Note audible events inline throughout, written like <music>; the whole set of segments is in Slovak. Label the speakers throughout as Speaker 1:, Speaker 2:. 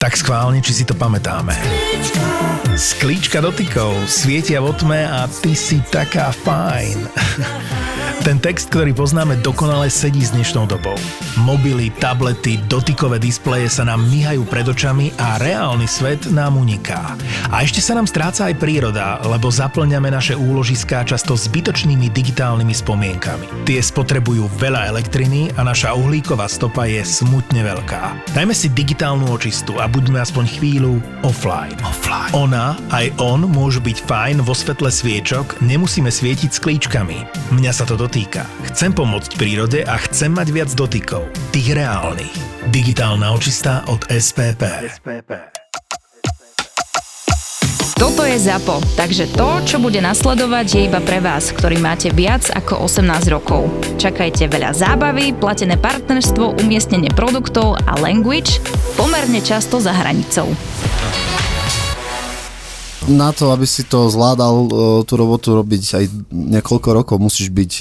Speaker 1: Tak schválne, či si to pamätáme. Sklíčka dotykov svietia v tme a ty si taká fajn. <laughs> Ten text, ktorý poznáme, dokonale sedí s dnešnou dobou. Mobily, tablety, dotykové displeje sa nám myhajú pred očami a reálny svet nám uniká. A ešte sa nám stráca aj príroda, lebo zaplňame naše úložiská často zbytočnými digitálnymi spomienkami. Tie spotrebujú veľa elektriny a naša uhlíková stopa je smutne veľká. Dajme si digitálnu očistu a buďme aspoň chvíľu offline. offline. Ona aj on môžu byť fajn vo svetle sviečok, nemusíme svietiť sklíčkami. Mňa sa to dotýka. Chcem pomôcť prírode a chcem mať viac dotykov. Tých reálnych. Digitálna očista od SPP. SPP.
Speaker 2: Toto je ZAPO, takže to, čo bude nasledovať, je iba pre vás, ktorý máte viac ako 18 rokov. Čakajte veľa zábavy, platené partnerstvo, umiestnenie produktov a language pomerne často za hranicou.
Speaker 3: Na to, aby si to zvládal e, tú robotu robiť aj niekoľko rokov, musíš byť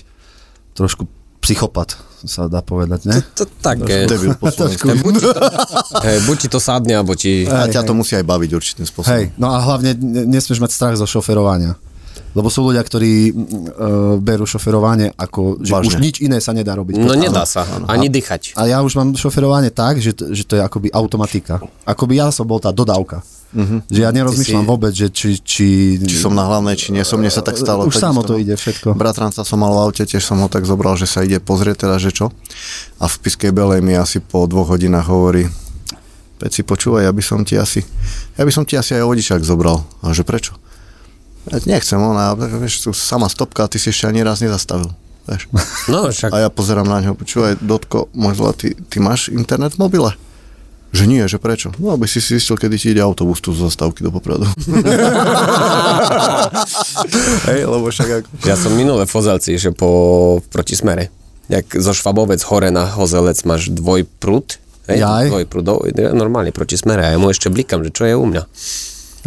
Speaker 3: trošku psychopat, sa dá povedať,
Speaker 4: <laughs>
Speaker 3: ne?
Speaker 4: To tak, e, také. <laughs>
Speaker 5: Debil po slovensku.
Speaker 4: Buď ti to, <laughs> hej, buď ti E, to sadne, alebo ti...
Speaker 5: A ťa to musí aj baviť určitým spôsobom.
Speaker 3: Hej, no a hlavne ne- nesmieš mať strach zo šoferovania. Lebo sú ľudia, ktorí mm, e, berú šoferovanie ako, že
Speaker 5: Vážne.
Speaker 3: už nič iné sa nedá robiť.
Speaker 4: No
Speaker 3: Áno.
Speaker 4: nedá sa. Ani dýchať.
Speaker 3: A ja už mám šoferovanie tak, že, t- že to je akoby automatika. Akoby ja som bol tá dodávka. Mm-hmm. Že ja nerozmýšľam
Speaker 4: Mhm. si-
Speaker 3: vôbec, že či... Či,
Speaker 5: Či
Speaker 3: <laughs>
Speaker 5: som na hlavnej, či nie som, mne sa tak stalo.
Speaker 3: Už
Speaker 5: takisto.
Speaker 3: samo to ide všetko.
Speaker 5: Bratranca som mal v aute, tiež som ho tak zobral, že sa ide pozrieť teda, že čo. A v Piskej Belej mi asi po dvoch hodinách hovorí, Peci, počúvaj, ja by som ti asi, ja by som ti asi aj vodičák zobral. A že prečo? Ja nechcem, ona, vieš, tu sama stopka a ty si ešte ani raz nezastavil. Vieš.
Speaker 3: <laughs>
Speaker 4: No však.
Speaker 5: A ja pozerám na ňo, počúvaj, Dotko, môj zlatý, ty máš internet v mobile? Že nie, že prečo? No, aby si si zistil, kedy ti ide autobus tu z zastávky do Popradu. Hej, lebo však ako...
Speaker 4: Ja som minule v Hozelci išiel po protismere. Jak zo Švabovec hore na Hozelec máš dvojprúd. Hej,
Speaker 3: Jaj.
Speaker 4: dvojprúdov, ide normálne proti smere. A ja mu ešte blikam, že čo je u mňa.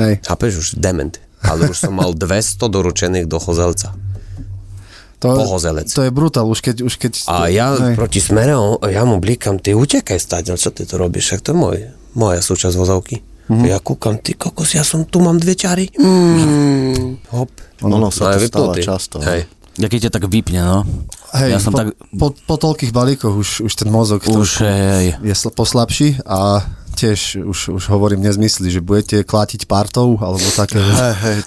Speaker 3: Hej.
Speaker 4: Chápeš, už dement. Ale už som <laughs> mal 200 doručených do Hozelca.
Speaker 3: To,
Speaker 4: Pohozelec.
Speaker 3: to je brutál, už keď... Už keď
Speaker 4: A ja
Speaker 3: hej.
Speaker 4: proti smere, on- ja mu blikam, ty utekaj stať, čo ty to robíš, však to je môj, moja súčasť vozovky. Mm-hmm. Ja kúkam, ty kokos, ja som tu, mám dve ťary. Mm. Hop.
Speaker 5: Ono sa to
Speaker 4: No, je
Speaker 5: stáva
Speaker 4: vypnutý.
Speaker 5: často.
Speaker 4: Hej.
Speaker 6: Ja keď ťa tak vypne, no.
Speaker 3: Hej,
Speaker 6: ja som
Speaker 3: po,
Speaker 6: tak...
Speaker 3: po, po toľkých balíkoch už, už ten mozog
Speaker 6: Už,
Speaker 3: trošku
Speaker 6: hej.
Speaker 3: je sl- poslabší a tiež už, už hovorím nezmysly, že budete klatiť partov alebo také.
Speaker 5: <laughs> Hej, hej,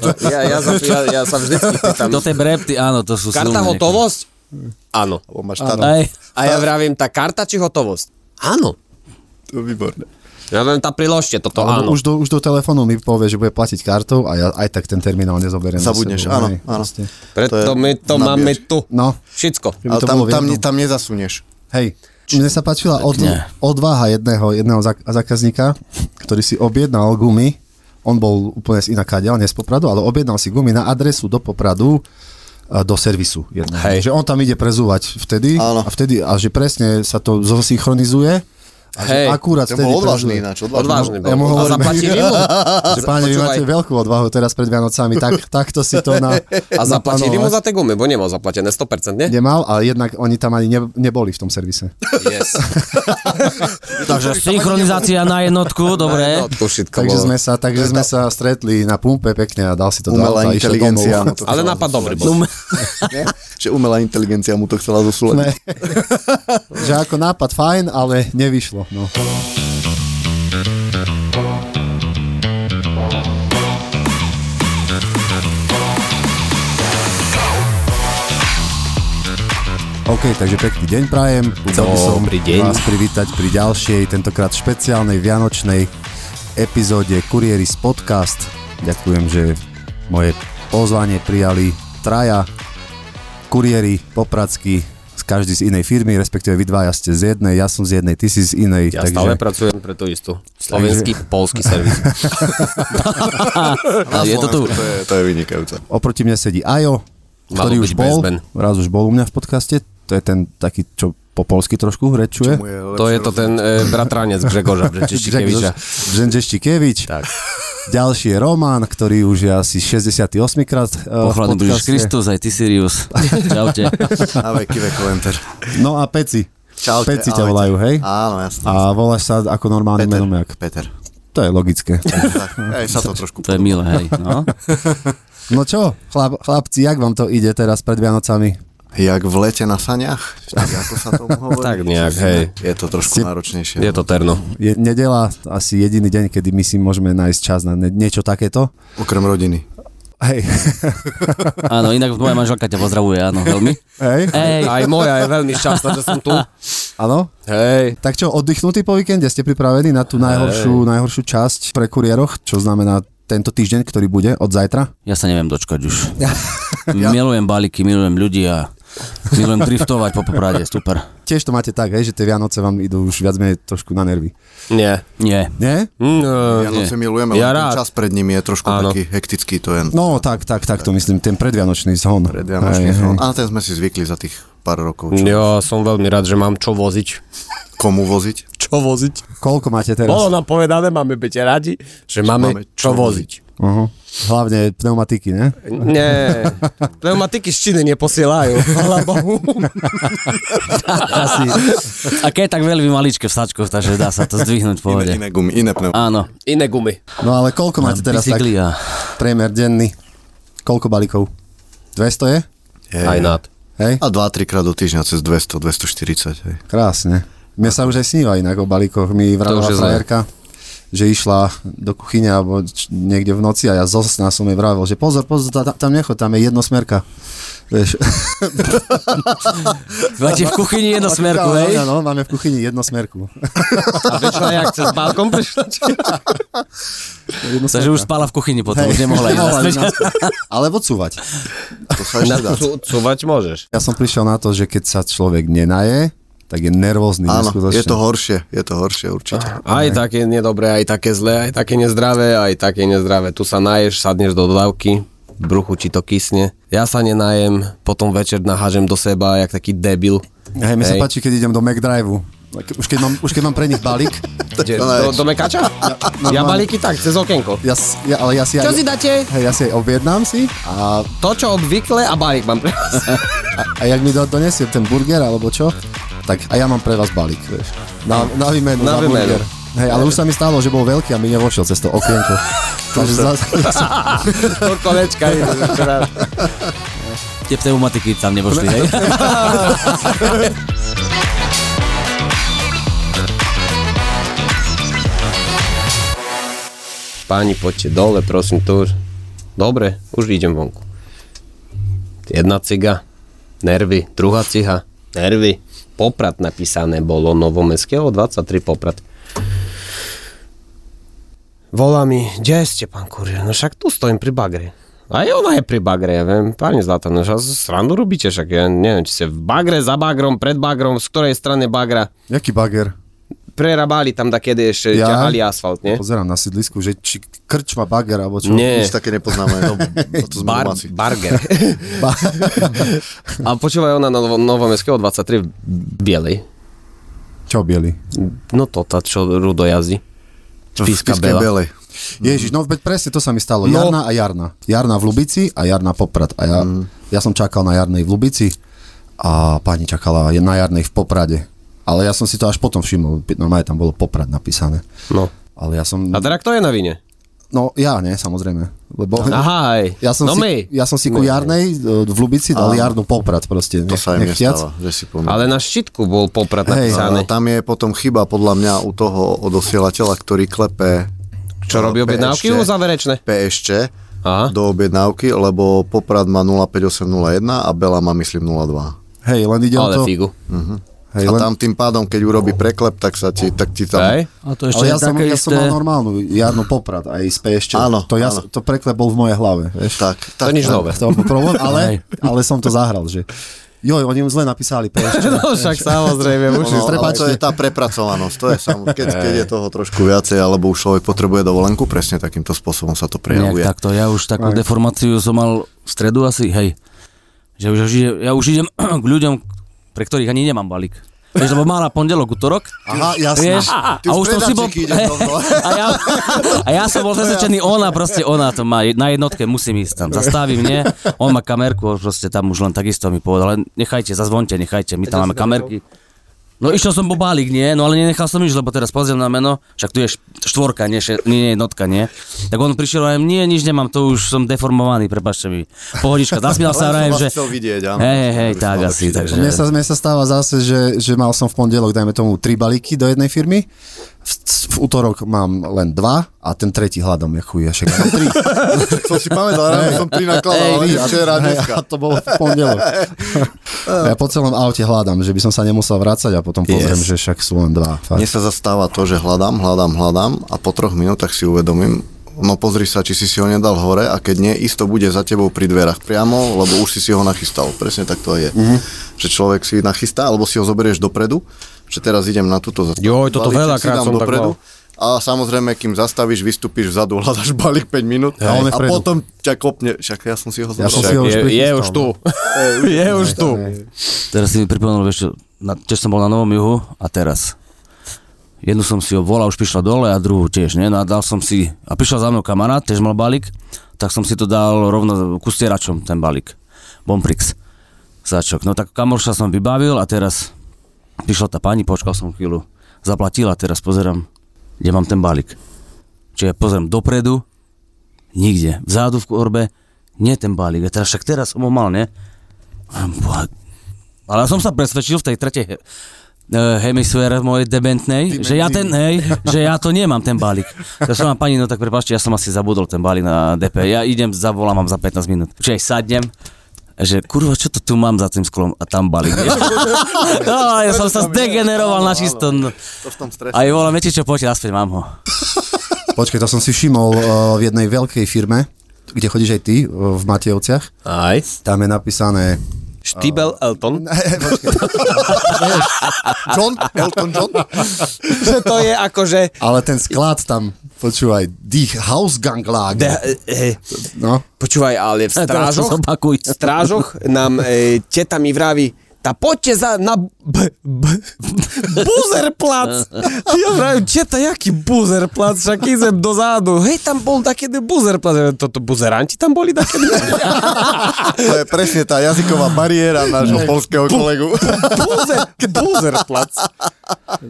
Speaker 5: to...
Speaker 4: Ja, ja, sa, ja, ja sa vždycky pýtam.
Speaker 6: Do tej brepty, áno, to sú silné.
Speaker 4: Karta
Speaker 6: niektoré.
Speaker 4: hotovosť? Áno.
Speaker 5: Lebo máš
Speaker 6: Áno.
Speaker 5: tam...
Speaker 6: Aj,
Speaker 4: A ja vravím, tá karta či hotovosť? Áno.
Speaker 5: To je výborné.
Speaker 4: Ja viem, tá priložte toto, áno.
Speaker 3: Alebo už do, už do telefónu mi povie, že bude platiť kartou a ja aj tak ten terminál nezoberiem. so
Speaker 5: Zabudneš,
Speaker 3: sebou,
Speaker 5: áno,
Speaker 3: hej,
Speaker 5: áno.
Speaker 3: proste.
Speaker 4: Preto
Speaker 5: to je
Speaker 4: my to
Speaker 5: nabíjač.
Speaker 4: máme tu.
Speaker 3: No,
Speaker 4: Všetko.
Speaker 3: keby
Speaker 5: Ale
Speaker 3: to
Speaker 5: tam,
Speaker 3: bolo v
Speaker 5: tam,
Speaker 3: jednom.
Speaker 5: tam nezasunieš.
Speaker 3: Hej, mne sa páčila od,
Speaker 6: Pekne.
Speaker 3: odvaha jedného, jedného zak- zákazníka, ktorý si objednal gumy. On bol úplne z inaká ďal, nie z Popradu, ale objednal si gumy na adresu do Popradu a do servisu. jedného.
Speaker 4: Hej.
Speaker 3: Že on tam ide prezúvať vtedy
Speaker 5: Áno.
Speaker 3: a vtedy a že presne sa to zosynchronizuje a že
Speaker 4: Hej,
Speaker 3: akurát
Speaker 5: To
Speaker 3: vtedy
Speaker 5: bol odvážny
Speaker 3: prezuje.
Speaker 5: ináč, odvážny.
Speaker 4: Odvážny
Speaker 3: Ja mu
Speaker 4: bol. A
Speaker 3: hovorím-
Speaker 4: zaplatili mu?
Speaker 3: <laughs> Že páni, vy máte
Speaker 4: Počúvaj.
Speaker 3: veľkú odvahu teraz pred Vianocami,
Speaker 4: <laughs>
Speaker 3: tak, takto si to na...
Speaker 4: A zaplatili mu
Speaker 3: naplánovať.
Speaker 4: za tie gumy, bo nemal zaplatené 100%, nie?
Speaker 3: Nemal, ale jednak oni tam ani ne, neboli v tom servise.
Speaker 4: Yes.
Speaker 6: takže synchronizácia na jednotku,
Speaker 4: No,
Speaker 6: dobre.
Speaker 4: to všetko
Speaker 3: Takže
Speaker 4: bolo.
Speaker 3: sme sa, takže sme sa stretli na pumpe pekne a dal si to do
Speaker 5: Umelá
Speaker 3: auta a išiel
Speaker 5: inteligencia.
Speaker 3: domov.
Speaker 5: mu to
Speaker 4: Ale
Speaker 5: chcela
Speaker 4: nápad dobrý
Speaker 5: zosúľadiť.
Speaker 4: bol.
Speaker 5: Nie? Že umelá inteligencia mu to chcela
Speaker 3: <laughs> Ne.
Speaker 5: zosúľadiť.
Speaker 3: že ako nápad fajn, ale nevyšlo. No. OK, takže pekný deň prajem. Chcel by som
Speaker 4: Dobrý deň.
Speaker 3: vás privítať pri ďalšej, tentokrát špeciálnej vianočnej epizóde Kurieris Podcast. Ďakujem, že moje pozvanie prijali traja kuriéri popracky z každý z inej firmy, respektíve vy dvaja ste z jednej, ja som z jednej, ty si z inej.
Speaker 4: Ja stále pracujem pre tú istú. Slovenský, polský servis.
Speaker 6: A je to tu.
Speaker 5: To je, to je vynikajúce.
Speaker 3: oproti mne sedí Ajo,
Speaker 4: Malo
Speaker 3: ktorý
Speaker 4: byť
Speaker 3: už bol,
Speaker 4: Bezben.
Speaker 3: raz už bol u mňa v podcaste, to je ten taký, čo po polsky trošku rečuje. <laughs>
Speaker 4: To je to ten e, bratranec Gregora Brečiškeviča.
Speaker 3: Žendeščikevič.
Speaker 4: Tak.
Speaker 3: Ďalší je Roman, ktorý už je asi 68 krát eh, v
Speaker 6: Pochválený budeš
Speaker 3: podcaste.
Speaker 6: Kristus, aj ty Sirius. Čaute.
Speaker 5: Na veky veko enter.
Speaker 3: No a Peci.
Speaker 5: Čaute,
Speaker 3: Peci ťa
Speaker 5: ahojte.
Speaker 3: volajú, hej?
Speaker 5: Áno, jasné.
Speaker 3: A voláš sa ako normálny
Speaker 5: Peter.
Speaker 3: menomiak.
Speaker 5: Peter.
Speaker 3: To je logické.
Speaker 5: Tak, aj sa to trošku...
Speaker 6: To je milé, hej. No.
Speaker 3: <laughs> No čo, chlap, chlapci, jak vám to ide teraz pred Vianocami?
Speaker 5: Jak v lete na saniach? Tak ako sa
Speaker 4: <laughs>
Speaker 5: tomu hovorí?
Speaker 4: Tak nejak, hej.
Speaker 5: Je to trošku
Speaker 3: Si-
Speaker 5: náročnejšie.
Speaker 4: Je to terno.
Speaker 3: Je nedela asi jediný deň, kedy my si môžeme nájsť čas na ne- niečo takéto.
Speaker 5: Okrem rodiny.
Speaker 3: <laughs> Hej,
Speaker 6: Áno, inak moja manželka ťa pozdravuje, áno, veľmi.
Speaker 3: hej,
Speaker 6: Ej,
Speaker 4: Aj moja je veľmi šťastná, že som tu.
Speaker 3: áno.
Speaker 4: Hej.
Speaker 3: Tak čo, oddychnutý po víkende? Ste pripravení na tú najhoršiu, najhoršiu časť pre kuriéroch, čo znamená tento týždeň, ktorý bude od zajtra?
Speaker 6: Ja sa neviem dočkať už.
Speaker 3: <laughs>
Speaker 6: Milujem balíky, milujem ľudí a milujem driftovať po Poprade, super.
Speaker 3: Tiež to máte tak, hej, že tie Vianoce vám idú už viac menej trošku na nervy.
Speaker 4: Nie.
Speaker 6: Nie.
Speaker 3: Nie?
Speaker 4: Mm, eh,
Speaker 5: Vianoce milujeme, ja
Speaker 4: Ja rád.
Speaker 5: ten čas pred nimi je trošku
Speaker 4: Áno.
Speaker 5: taký hektický, to je
Speaker 3: No, tak, tak, tak, to myslím, ten predvianočný zhon.
Speaker 5: predvianočný
Speaker 3: Hej, hej.
Speaker 5: zhon. A na ten sme si zvykli za tých pár rokov. Čo,
Speaker 4: Ja som veľmi rád, že mám čo voziť.
Speaker 5: komu voziť?
Speaker 4: Čo voziť?
Speaker 3: Koľko máte teraz?
Speaker 4: Bolo nám povedané, máme byť radi, že máme,
Speaker 5: máme čo
Speaker 4: čo voziť.
Speaker 3: Uh-huh. Hlavne pneumatiky, ne?
Speaker 4: Nie, pneumatiky z Číny neposielajú. Chvala Bohu.
Speaker 6: Asi. A keď tak veľmi maličké v sačkoch, takže dá sa to zdvihnúť v pohode.
Speaker 5: Iné, iné gumy, iné pneu.
Speaker 6: Áno.
Speaker 4: Iné gumy.
Speaker 3: No ale koľko máte teraz tak
Speaker 6: Bicykli a...
Speaker 3: priemer denný? Koľko balíkov? 200 je?
Speaker 5: Hej.
Speaker 4: Aj nad.
Speaker 3: Hej?
Speaker 5: A 2-3 krát do týždňa cez 200, 240. Hej.
Speaker 3: Krásne. Mne sa už aj sníva inak o balíkoch. Mi vravela
Speaker 4: už je zlé.
Speaker 3: frajerka, že išla do kuchyne alebo č- niekde v noci a ja zo sna som jej vravel, že pozor, pozor, ta- tam nechod, tam je jednosmerka. Vieš,
Speaker 6: Máte v kuchyni jedno smerku,
Speaker 3: <laughs> no,
Speaker 6: hej?
Speaker 3: no, máme v kuchyni jednosmerku.
Speaker 4: A vyšla jak cez balkón prišla.
Speaker 6: Takže už spala v kuchyni potom,
Speaker 3: <laughs>
Speaker 6: už nemohla ísť. no.
Speaker 3: Nemohla
Speaker 6: naspäť.
Speaker 3: ísť naspäť. Ale odsúvať.
Speaker 5: To sa ešte dá.
Speaker 4: Cúvať môžeš.
Speaker 3: Ja som prišiel na to, že keď sa človek nenaje, tak je nervózny.
Speaker 5: Áno,
Speaker 3: neskutočne.
Speaker 5: je to horšie, je to horšie určite.
Speaker 4: Aj také nedobré, aj také zlé, aj také nezdravé, aj také nezdravé. Tu sa naješ, sadneš do dodávky, v bruchu ti to kysne. Ja sa nenajem, potom večer nahážem do seba, jak taký debil.
Speaker 3: Hej, mne sa
Speaker 4: Hej.
Speaker 3: páči, keď idem do McDriveu. Už keď, mám, už keď mám pre nich balík,
Speaker 4: Kde,
Speaker 5: naješ.
Speaker 4: do, do mekača? Ja balíky tak, cez okienko.
Speaker 3: ja, s- ja, ale ja si
Speaker 4: Čo
Speaker 3: aj,
Speaker 4: si dáte?
Speaker 3: hej, ja si aj objednám si a,
Speaker 4: To, čo obvykle a balík mám pre vás. <laughs>
Speaker 3: a, a jak mi do, donesie ten burger alebo čo, tak a ja mám pre vás balík, vieš. Na, na výmenu,
Speaker 4: Na
Speaker 3: na,
Speaker 4: výmenu.
Speaker 3: burger. Hej, ale už sa mi stalo, že bol veľký a mi nevošiel cez to
Speaker 4: <laughs>
Speaker 3: okienko. Takže za, <laughs>
Speaker 4: Do kolečka. ideš ešte raz.
Speaker 6: <laughs> Tie pneumatiky tam nevošli, hej?
Speaker 4: Páni, poďte dole, prosím, tu už. Dobre, už idem vonku. Jedna ciga, nervy, druhá ciha, nervy. Poprat napísané bolo Novomestského, 23 Poprat. Volá mi, kde ste, pán kurier? No však tu stojím pri bagre. A je ona je pri bagre, ja viem, pani Zlata, no však srandu robíte, však ja neviem, či ste v bagre, za bagrom, pred bagrom, z ktorej strany bagra.
Speaker 3: jaký bager?
Speaker 4: Prerabali tam da kedy ešte
Speaker 3: Ja?
Speaker 4: ťahali asfalt, nie?
Speaker 3: Pozerám na sídlisku, že či krčma bager alebo čo.
Speaker 4: Nie.
Speaker 5: Nič také nepoznáme.
Speaker 4: <laughs>
Speaker 5: To, to sme
Speaker 4: Bar,
Speaker 5: domáci.
Speaker 3: <laughs>
Speaker 4: barger. a počúvaj ona na novom, novom SKO 23 v bielej.
Speaker 3: Čo bieli?
Speaker 4: No to, tá, čo rudo jazdí.
Speaker 5: Spiskej
Speaker 4: Spiska Bela.
Speaker 5: Belej.
Speaker 3: Ježiš, no veď presne to sa mi stalo. No.
Speaker 4: No.
Speaker 3: Jarna a Jarna. Jarna v Lubici a Jarna Poprad. A ja, mm. ja som čakal na Jarnej v Lubici a pani čakala je na Jarnej v Poprade. Ale ja som si to až potom všimol. Normálne tam bolo Poprad napísané.
Speaker 4: No.
Speaker 3: Ale ja som...
Speaker 4: A teda kto je na vine?
Speaker 3: No ja nie, samozrejme. Lebo...
Speaker 4: Aha, aj.
Speaker 3: <laughs> Ja som,
Speaker 4: no my.
Speaker 3: si, ja som si ku Jarnej e, v Lubici dal Jarnu Poprad proste.
Speaker 5: To
Speaker 3: nech-
Speaker 5: sa im
Speaker 3: nechtiac.
Speaker 5: nestáva, že si pomýlim.
Speaker 4: Ale na štítku bol poprat
Speaker 3: Hej. no,
Speaker 4: napísaný.
Speaker 5: A tam je potom chyba podľa mňa u toho odosielateľa, ktorý klepe
Speaker 4: Čo
Speaker 5: eh,
Speaker 4: robí objednávky
Speaker 5: PŠČ,
Speaker 4: u záverečné?
Speaker 5: PŠČ
Speaker 4: Aha.
Speaker 5: do objednávky, lebo Poprad má 05801 a Bela má myslím 02.
Speaker 3: Hej, len ide o
Speaker 4: Ale
Speaker 3: to...
Speaker 4: figu.
Speaker 3: Hej,
Speaker 5: a
Speaker 3: len...
Speaker 5: tam tým pádom, keď urobí preklep, tak sa ti, tak ti tam...
Speaker 4: Hej? <laughs>
Speaker 6: A to ešte
Speaker 3: Ale
Speaker 6: je
Speaker 3: ja som,
Speaker 6: také
Speaker 3: ja som mal
Speaker 6: isté.
Speaker 3: normálnu Jarnu Poprad aj z ešte.
Speaker 5: Áno,
Speaker 3: to, ja,
Speaker 5: áno.
Speaker 3: to preklep bol v mojej hlave. Vieš?
Speaker 5: Tak, tak,
Speaker 4: To nič
Speaker 5: tak.
Speaker 4: nové.
Speaker 3: to bol problém, ale,
Speaker 6: Hej.
Speaker 3: ale som to zahral, že joj, oni mu zle napísali
Speaker 4: <laughs>
Speaker 3: PŠ.
Speaker 4: No však samozrejme,
Speaker 5: Ono, No,
Speaker 4: už
Speaker 5: ale to je tá prepracovanosť, to je sam, keď, keď je toho trošku viacej, alebo už človek potrebuje dovolenku, presne takýmto spôsobom sa to
Speaker 6: Nejak
Speaker 5: prejavuje.
Speaker 6: takto, ja už takú deformáciu som mal v stredu asi, hej. Že už, už ide- ja už idem <clears throat> k ľuďom, pre ktorých ani nemám balík. Vieš, lebo mala pondelok, útorok.
Speaker 3: Aha, jasné.
Speaker 6: Vieš,
Speaker 5: Ty už predáčiky ideš rovno.
Speaker 6: <laughs>
Speaker 4: <laughs>
Speaker 6: a, ja, a ja som bol presvedčený, ona proste, ona to má, na jednotke musím ísť tam, zastaví mne, on má kamerku, on proste tam už len takisto mi povedal, len nechajte, zazvonte, nechajte, my tam máme kamerky. No išiel som po balík, nie, no ale nenechal som nič, lebo teraz pozriem na meno, však tu je št- štvorka, nie, še, nie, nie jednotka, nie. Tak on prišiel a hovorím, nie, nič nemám, to už som deformovaný, prepačte mi. Pohodička, zasmial sa a
Speaker 5: <laughs> Len som
Speaker 6: hovorím,
Speaker 5: vás
Speaker 6: že...
Speaker 5: chcel vidieť, áno.
Speaker 6: hej, hej, hej,
Speaker 5: Aby som
Speaker 6: tak
Speaker 5: mal
Speaker 6: asi,
Speaker 5: lepší
Speaker 6: takže...
Speaker 3: Mne sa, mne sa stáva zase, že, že mal som v pondelok, dajme tomu, tri balíky do jednej firmy, v, v útorok mám len dva a ten tretí hľadom je chuj, a však mám tri.
Speaker 5: Som si pamätal, ráno som tri nakladal, ale
Speaker 3: Ej,
Speaker 5: nie
Speaker 3: a-
Speaker 5: včera,
Speaker 3: hej,
Speaker 5: dneska.
Speaker 3: <laughs> A to bolo v pondelok. ja po celom aute hľadám, že by som sa nemusel vrácať a potom pozriem, že však sú len dva. Fakt.
Speaker 5: Mne sa zastáva to, že hľadám, hľadám, hľadám a po troch minútach si uvedomím, no pozri sa, či si si ho nedal hore a keď nie, isto bude za tebou pri dverách priamo, lebo už si si ho nachystal. Presne tak to aj je. Mm-hmm. Že človek si nachystá, alebo si ho zoberieš dopredu, že teraz idem na túto zastávku.
Speaker 4: Joj, toto veľakrát som tak mal.
Speaker 5: A samozrejme, kým zastavíš, vystúpiš vzadu, <laughs> hľadaš balík 5 minút
Speaker 3: A on je
Speaker 5: a
Speaker 3: vpredu.
Speaker 5: potom ťa kopne. Však ja som si ho zobral.
Speaker 3: som si ho už
Speaker 4: Je, je
Speaker 3: prichystal, no.
Speaker 4: už tu. <laughs> Je už tu.
Speaker 6: Teraz si mi pripomenul, vieš, čo, na, tiež som bol na Novom juhu a teraz. Jednu som si obvolal, už prišla dole a druhú tiež, nie? No a dal som si, a prišiel za mnou kamarát, tiež mal balík, tak som si to dal rovno ku stieračom, ten balík. Bomprix. Začok. No tak kamoša som vybavil a teraz prišla tá pani, počkal som chvíľu, zaplatila, teraz pozerám, kde mám ten balík. Čiže pozriem dopredu, nikde, vzadu v korbe, nie ten balík. A teraz však teraz som ho mal, nie? A boha, ale ja som sa presvedčil v tej tretej he- e, hemisfére mojej dementnej, že ja ten, hej, že ja to nemám, ten balík. Ja som vám, pani, no tak prepáčte, ja som asi zabudol ten balík na DP. Ja idem, zavolám vám za 15 minút. Čiže aj sadnem, že kurva, čo to tu mám za tým sklom a tam balík. vieš. no, ja som sa zdegeneroval na čisto. no.
Speaker 5: To v tom strese.
Speaker 6: A je volám, viete čo, poďte naspäť, mám ho.
Speaker 3: Počkaj, to som si všimol uh, v jednej veľkej firme, kde chodíš aj ty, uh, v Matejovciach.
Speaker 4: Aj.
Speaker 3: Tam je napísané
Speaker 4: Štýbel <laughs> Elton.
Speaker 3: John, Elton John.
Speaker 4: Že to je akože...
Speaker 3: <laughs> Ale ten sklad tam, počúvaj, Die
Speaker 4: De,
Speaker 3: Hausganglage.
Speaker 4: eh,
Speaker 3: No.
Speaker 4: počúvaj, ale v
Speaker 6: A teraz to
Speaker 4: strážoch,
Speaker 6: zopakuj.
Speaker 4: v strážoch nám e, teta mi vraví, tá poďte za, na b, b, buzerplac. A ja vravím, teta, jaký buzerplac, však idem dozadu. Hej, tam bol takedy buzerplac. Ja, Toto buzeranti tam boli takedy.
Speaker 5: To je presne tá jazyková bariéra nášho polského kolegu.
Speaker 4: <laughs> Buzer, buzerplac.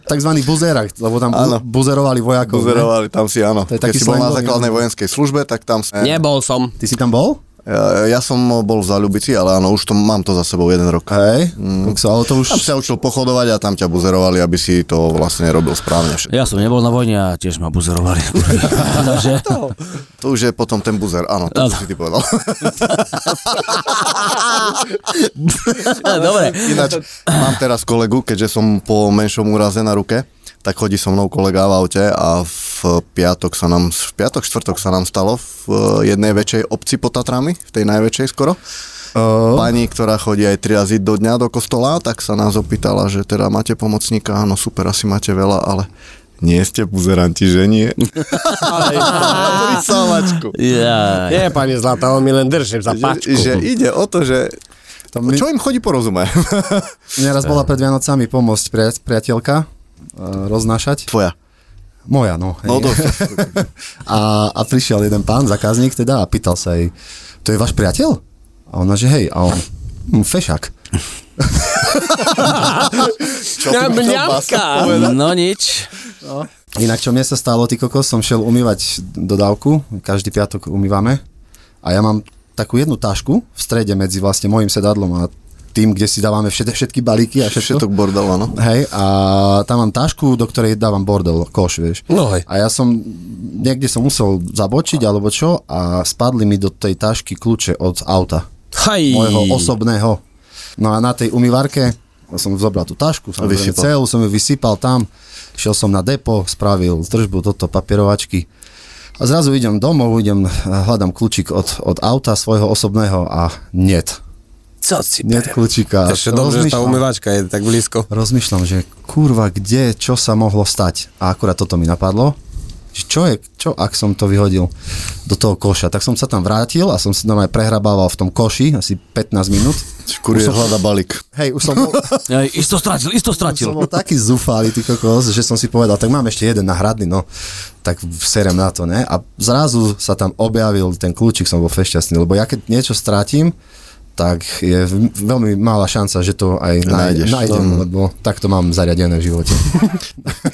Speaker 3: Takzvaný buzerák, lebo tam bu- buzerovali vojakov. ne?
Speaker 5: Buzerovali, tam si áno.
Speaker 3: To je
Speaker 5: Keď
Speaker 3: taký
Speaker 5: si bol na
Speaker 3: slangový,
Speaker 5: základnej
Speaker 3: áno.
Speaker 5: vojenskej službe, tak tam... si-
Speaker 4: Nebol som.
Speaker 3: Ty si tam bol?
Speaker 5: Ja, ja som bol v Zaľubici, ale áno, už to mám to za sebou jeden rok.
Speaker 3: Hej, mm. ale to už...
Speaker 5: Tam sa učil pochodovať a tam ťa buzerovali, aby si to vlastne robil správne všetko.
Speaker 6: Ja som nebol na vojne a tiež ma buzerovali. Takže,
Speaker 5: To už je potom ten buzer, áno, to
Speaker 6: Áno.
Speaker 5: čo si ty povedal.
Speaker 6: dobre.
Speaker 3: <laughs>
Speaker 5: Ináč, mám teraz kolegu, keďže som po menšom úraze na ruke, tak chodí so mnou kolega v aute a v piatok sa nám, v piatok, štvrtok sa nám stalo v eh, jednej väčšej obci pod Tatrami, v tej najväčšej skoro.
Speaker 3: Oh.
Speaker 5: Pani, ktorá chodí aj tri razy do dňa do kostola, No tak sa nás opýtala, že teda máte pomocníka, áno super, asi máte veľa, ale nie ste buzeranti, že nie? Prisavačku.
Speaker 6: Ja.
Speaker 7: Nie, pani Zlata, on mi len drží za
Speaker 5: Že,
Speaker 7: páčku.
Speaker 5: že ide o to, že
Speaker 3: To mi,
Speaker 5: čo im chodí po rozume?
Speaker 3: neraz bola pred Vianocami pomôcť pria- priateľka uh, roznášať.
Speaker 5: Tvoja.
Speaker 3: Moja, no. hej.
Speaker 5: No to,
Speaker 3: <laughs> A, a prišiel jeden pán, zákazník teda, a pýtal sa jej, to je váš priateľ? A ona, že hej, a on, hm, fešak.
Speaker 5: čo ty mi chcel
Speaker 4: Mňamka.
Speaker 5: básať povedať?
Speaker 6: No nič.
Speaker 3: Inak čo mne sa stalo, ty kokos, som šiel umývať dodávku, každý piatok umývame a ja mám takú jednu tašku v strede medzi vlastne môjim sedadlom a tým, kde si dávame všet, všetky balíky a všetko.
Speaker 5: Všetok bordel, áno.
Speaker 3: Hej, a tam mám tašku, do ktorej dávam bordel, koš, vieš.
Speaker 4: No hej.
Speaker 3: A ja som, niekde som musel zabočiť alebo čo a spadli mi do tej tašky kľúče od auta,
Speaker 4: Haj.
Speaker 3: môjho osobného. No a na tej umývarke som zobral tú tašku, som
Speaker 5: Vysypal.
Speaker 3: celú som ju vysypal tam, šiel som na depo, spravil držbu, toto, papierovačky. A zrazu idem domov, idem, hľadám kľúčik od, od auta svojho osobného a net.
Speaker 4: Co si
Speaker 3: Net kľúčika.
Speaker 4: Ešte dobre, že tá
Speaker 3: Rozmýšľam.
Speaker 4: umývačka je tak blízko.
Speaker 3: rozmýšľam, že kurva, kde, čo sa mohlo stať. A akurát toto mi napadlo, že čo je, čo ak som to vyhodil do toho koša. Tak som sa tam vrátil a som sa tam aj prehrabával v tom koši asi 15 minút.
Speaker 5: Kurier hľada balík.
Speaker 3: Hej, už som
Speaker 5: <laughs>
Speaker 3: bol,
Speaker 6: Ja, isto stratil, isto stratil.
Speaker 3: som bol taký zúfalý, ty kokos, že som si povedal, tak mám ešte jeden náhradný, no, tak serem na to, ne? A zrazu sa tam objavil ten kľúčik, som bol fešťastný, lebo ja keď niečo strátim, tak je v- veľmi malá šanca, že to aj
Speaker 5: Nájdeš,
Speaker 3: nájdeš,
Speaker 5: Mhm.
Speaker 3: nájdem, no. lebo tak to mám zariadené v živote.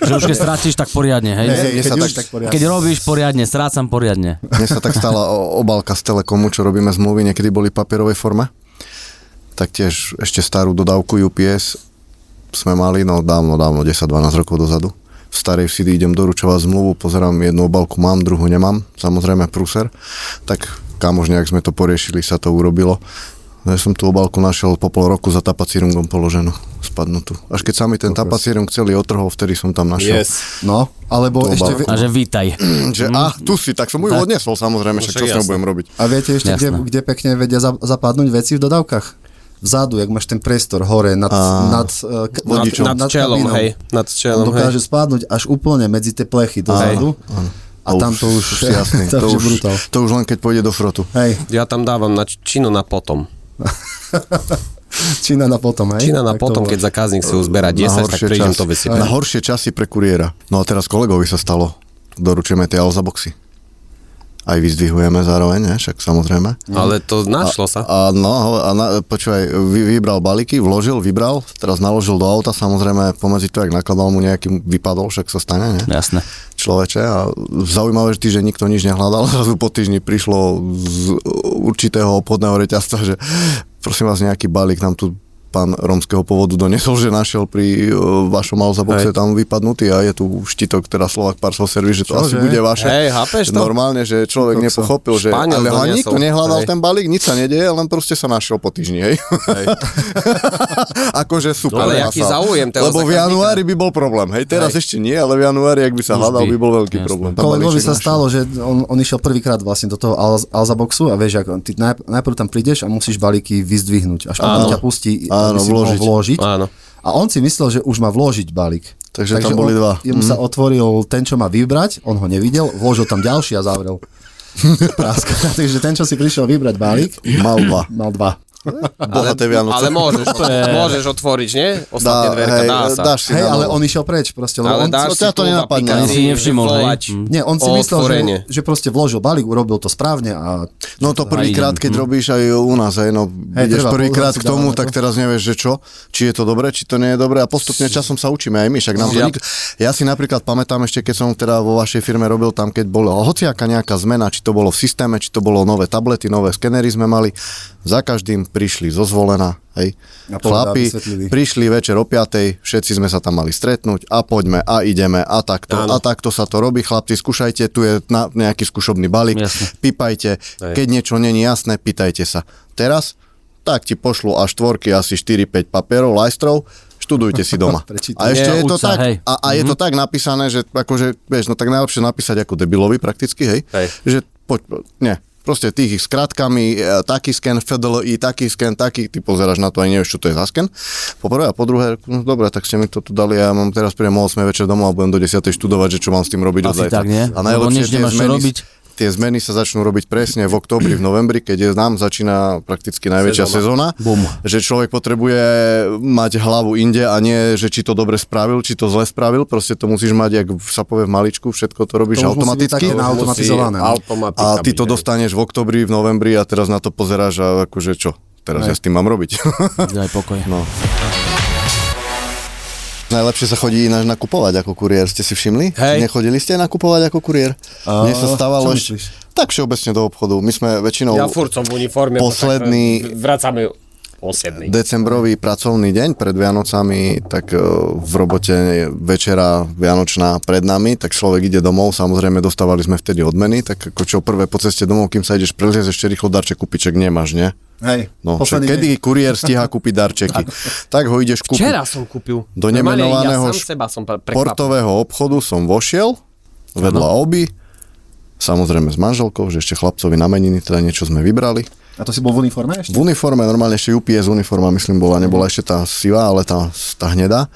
Speaker 6: Že už keď strátiš, tak poriadne, hej?
Speaker 5: <laughs> Hej, mne
Speaker 3: Keď
Speaker 5: sa
Speaker 3: už,
Speaker 5: tak,
Speaker 3: tak poriadne.
Speaker 6: Keď robíš poriadne, strácam poriadne.
Speaker 5: Mne sa tak stala o- obálka z Telekomu, čo robíme zmluvy, niekedy boli v papierovej forme. Tak tiež ešte starú dodávku UPS sme mali, no dávno, dávno, 10-12 rokov dozadu. V starej vsi idem doručovať zmluvu, pozerám, jednu obálku mám, druhú nemám, samozrejme pruser. Tak kamož nejak sme to poriešili, sa to urobilo. No ja som tú obálku našiel po pol roku za tapacírungom položenú, spadnutú. Až keď sa mi ten tapacírung celý otrhol, vtedy som tam našiel.
Speaker 3: No, alebo
Speaker 5: To
Speaker 3: ešte...
Speaker 5: obal.
Speaker 3: vie-
Speaker 6: A že vítaj.
Speaker 5: Že,
Speaker 6: Mhm.
Speaker 5: a, tu si, tak som ju odnesol samozrejme, však čo s ňou budem robiť.
Speaker 3: A viete ešte, kde,
Speaker 6: Jasné.
Speaker 3: kde pekne vedia za- zapadnúť veci v dodávkach? Vzadu, jak máš ten priestor hore nad, nad, eh, k-
Speaker 4: Nad,
Speaker 5: Vodičom.
Speaker 4: nad čelom,
Speaker 3: kabínou.
Speaker 4: hej. Nad čelom,
Speaker 3: On
Speaker 4: hej.
Speaker 3: dokáže spadnúť až úplne medzi tie plechy dozadu. A tam to <laughs> už...
Speaker 5: jasný, <laughs>
Speaker 3: to,
Speaker 5: to,
Speaker 3: už je
Speaker 5: už,
Speaker 3: brutál.
Speaker 5: to už len keď pôjde do šrotu.
Speaker 3: Hej,
Speaker 4: Ja tam dávam na č- čino na potom.
Speaker 3: Čína na potom, hej?
Speaker 4: Čina na
Speaker 3: Tak to
Speaker 4: potom,
Speaker 3: bolo.
Speaker 4: keď zakáznik si uzberá 10, tak prídem
Speaker 5: časy,
Speaker 4: to vysypať.
Speaker 5: na horšie časy pre kuriéra. No a teraz kolegovi sa stalo, doručujeme tie Alza boxy. Aj vyzdvihujeme zároveň, ne? však samozrejme.
Speaker 4: No, Ale to našlo sa.
Speaker 5: A, no, a na, počúvaj, vy, vybral balíky, vložil, vybral, teraz naložil do auta, samozrejme pomedzi to, jak nakladal mu nejaký, vypadol, však sa stane, ne?
Speaker 6: Jasné.
Speaker 5: človeče a zaujímavé, že týždeň nikto nič nehľadal, <laughs> zrazu po týždni prišlo z určitého obchodného reťazca, že prosím vás nejaký balík nám tu pán romského pôvodu donesol, že našiel pri e, vašom Alzaboxe tam vypadnutý a je tu štítok, teda Slovak Parcel Service, že to asi bude vaše.
Speaker 4: Hej, chápeš to?
Speaker 5: Normálne, že človek nepochopil, že
Speaker 4: Španiel
Speaker 5: ale ho
Speaker 4: doniesol.
Speaker 5: nikto nehľadal
Speaker 4: Hej.
Speaker 5: ten balík, nič sa nedeje, len proste sa našiel po týždni, hej. <laughs> akože super.
Speaker 4: Ale
Speaker 5: ja
Speaker 4: jaký
Speaker 5: sa-
Speaker 4: záujem teraz
Speaker 5: Lebo v
Speaker 4: zákazníka?
Speaker 5: januári by bol problém, hej, teraz ešte nie, ale v januári, ak by sa
Speaker 6: Už
Speaker 5: hľadal,
Speaker 6: by.
Speaker 5: by bol veľký
Speaker 6: Jasné.
Speaker 5: problém. Tam
Speaker 3: Kolegovi
Speaker 5: balíček
Speaker 3: sa
Speaker 5: našiel.
Speaker 3: stalo, že on, on išiel prvýkrát vlastne do toho Al- Alza boxu a vieš, ako, ty najp- najprv tam prídeš a musíš balíky vyzdvihnúť, až potom
Speaker 5: Áno.
Speaker 3: ťa pustí,
Speaker 5: Áno,
Speaker 3: aby si mohol
Speaker 5: vložiť.
Speaker 3: vložiť.
Speaker 4: Áno.
Speaker 3: A on si myslel, že už má vložiť balík.
Speaker 5: Takže tam boli
Speaker 3: on,
Speaker 5: dva. Mhm.
Speaker 3: Jemu sa otvoril ten, čo má vybrať, on ho nevidel, vložil tam ďalší a
Speaker 5: <laughs>
Speaker 3: zavrel. Práska. <laughs> Takže ten, čo si prišiel vybrať balík,
Speaker 5: Mal dva.
Speaker 3: mal dva.
Speaker 5: Bohaté Vianoce.
Speaker 4: Ale
Speaker 5: <laughs>
Speaker 4: môžeš, môžeš otvoriť, nie? Ostatné
Speaker 5: Dá,
Speaker 4: dverka,
Speaker 5: hej,
Speaker 4: dá sa.
Speaker 5: dáš si
Speaker 3: Hej,
Speaker 5: na
Speaker 3: ale
Speaker 5: novo.
Speaker 3: on išiel preč proste, lebo on,
Speaker 4: Ale
Speaker 5: ťa
Speaker 4: dáš si Hm.
Speaker 5: to nenapadne.
Speaker 6: Ani si nevšimol, hej.
Speaker 4: volať.
Speaker 6: Mm.
Speaker 3: nie, on si
Speaker 4: O
Speaker 3: myslel,
Speaker 4: otvorenie.
Speaker 3: že, že proste vložil balík, urobil to správne a
Speaker 5: No to prvýkrát, keď robíš aj u nás, aj no,
Speaker 3: Hej,
Speaker 5: ideš
Speaker 3: treba
Speaker 5: prvýkrát
Speaker 3: pozrieť si
Speaker 5: k tomu,
Speaker 3: dávame
Speaker 5: tak
Speaker 3: to.
Speaker 5: teraz nevieš, že čo, či je to dobre, či to nie je dobre a postupne časom sa učíme aj my, však nám to
Speaker 4: Ja-
Speaker 5: nik- Ja si napríklad pamätám ešte, keď som teda vo vašej firme robil tam, keď bola hociaká nejaká zmena, či to bolo v systéme, či to bolo nové tablety, nové skenery sme mali, za každým prišli zo zvolená, hej,
Speaker 3: A povedali,
Speaker 5: chlapi,
Speaker 3: vysvetlili.
Speaker 5: prišli večer o 5, všetci sme sa tam mali stretnúť a poďme a ideme a takto a takto sa to robí, chlapci, skúšajte, tu je na, nejaký skúšobný balík,
Speaker 6: Jasne.
Speaker 5: pýpajte, keď niečo není jasné, pýtajte sa. Teraz tak ti pošlu až tvorky, asi 4-5 papierov, lajstrov, študujte si doma.
Speaker 3: Prečítaj.
Speaker 5: A ešte
Speaker 6: Je,
Speaker 5: je to
Speaker 6: uč sa,
Speaker 5: tak,
Speaker 6: hej. Mhm.
Speaker 5: a, a je to tak napísané, že akože, vieš, no tak najlepšie napísať ako debilovi prakticky, hej,
Speaker 4: Hej.
Speaker 5: že poď, nie, proste tých s kratkami, e, taký sken, FDLI, taký sken, taký, ty pozeráš na to a nevieš, čo to je za sken. Po prvé a po druhé, no dobre, tak ste mi to tu dali a ja mám teraz príjem o 8 večer domov a budem do 10 študovať, že čo mám s tým robiť do
Speaker 6: Asi
Speaker 5: zajtra.
Speaker 6: tak, nie?
Speaker 5: A
Speaker 6: Lebo
Speaker 5: najlepšie
Speaker 6: nič
Speaker 5: tie
Speaker 6: nemáš čo
Speaker 5: zmeny,
Speaker 6: robiť.
Speaker 5: tie zmeny sa začnú robiť presne v októbri, v novembri, keď je nám začína prakticky najväčšia sezóna.
Speaker 6: Bum.
Speaker 5: Že človek potrebuje mať hlavu inde a nie, že či to dobre spravil, či to zle spravil. Proste to musíš mať, jak sa povie v maličku, všetko to robíš
Speaker 3: To už musí byť
Speaker 5: automaticky.
Speaker 3: také naautomatizované, no.
Speaker 5: A ty to dostaneš v oktobri, v novembri a teraz na to pozeráš a akože čo? Teraz ja s tým mám robiť. <laughs>
Speaker 6: Daj pokoj.
Speaker 5: No. Najlepšie sa chodí ináč nakupovať ako kuriér, ste si všimli?
Speaker 4: Hej.
Speaker 5: Nechodili ste nakupovať ako kuriér?
Speaker 3: A,
Speaker 5: Mne sa stávalo
Speaker 3: čo
Speaker 5: ešte...
Speaker 3: myslíš?
Speaker 5: Tak všeobecne do obchodu. My sme väčšinou...
Speaker 4: Ja furt som v uniforme.
Speaker 5: No. Posledný-
Speaker 4: tak, eh, Vracame posledný.
Speaker 5: decembrový pracovný deň pred Vianocami, tak e, v robote je večera vianočná pred nami, tak človek ide domov, samozrejme dostávali sme vtedy odmeny, tak ako čo prvé po ceste domov, kým sa ideš preliezť, ešte rýchlo darček kúpiček nemáš, ne?
Speaker 3: hej,
Speaker 5: No, že
Speaker 3: posledný deň.
Speaker 5: kedy kuriér stíha kúpiť darčeky, tak ho ideš kúpiť.
Speaker 4: Včera som kúpil.
Speaker 5: Do
Speaker 4: Normálne
Speaker 5: nemenovaného
Speaker 4: Ja
Speaker 5: š-
Speaker 4: sám seba som pre- prekvapil.
Speaker 5: portového obchodu som vošiel, vedľa oby, samozrejme s manželkou, že ešte chlapcovi na meniny, teda niečo sme vybrali.
Speaker 3: A to si bol v uniforme ešte?
Speaker 5: V uniforme, normálne ešte UPS uniforma, myslím, bola, nebola ešte tá sivá, ale tá, tá hnedá.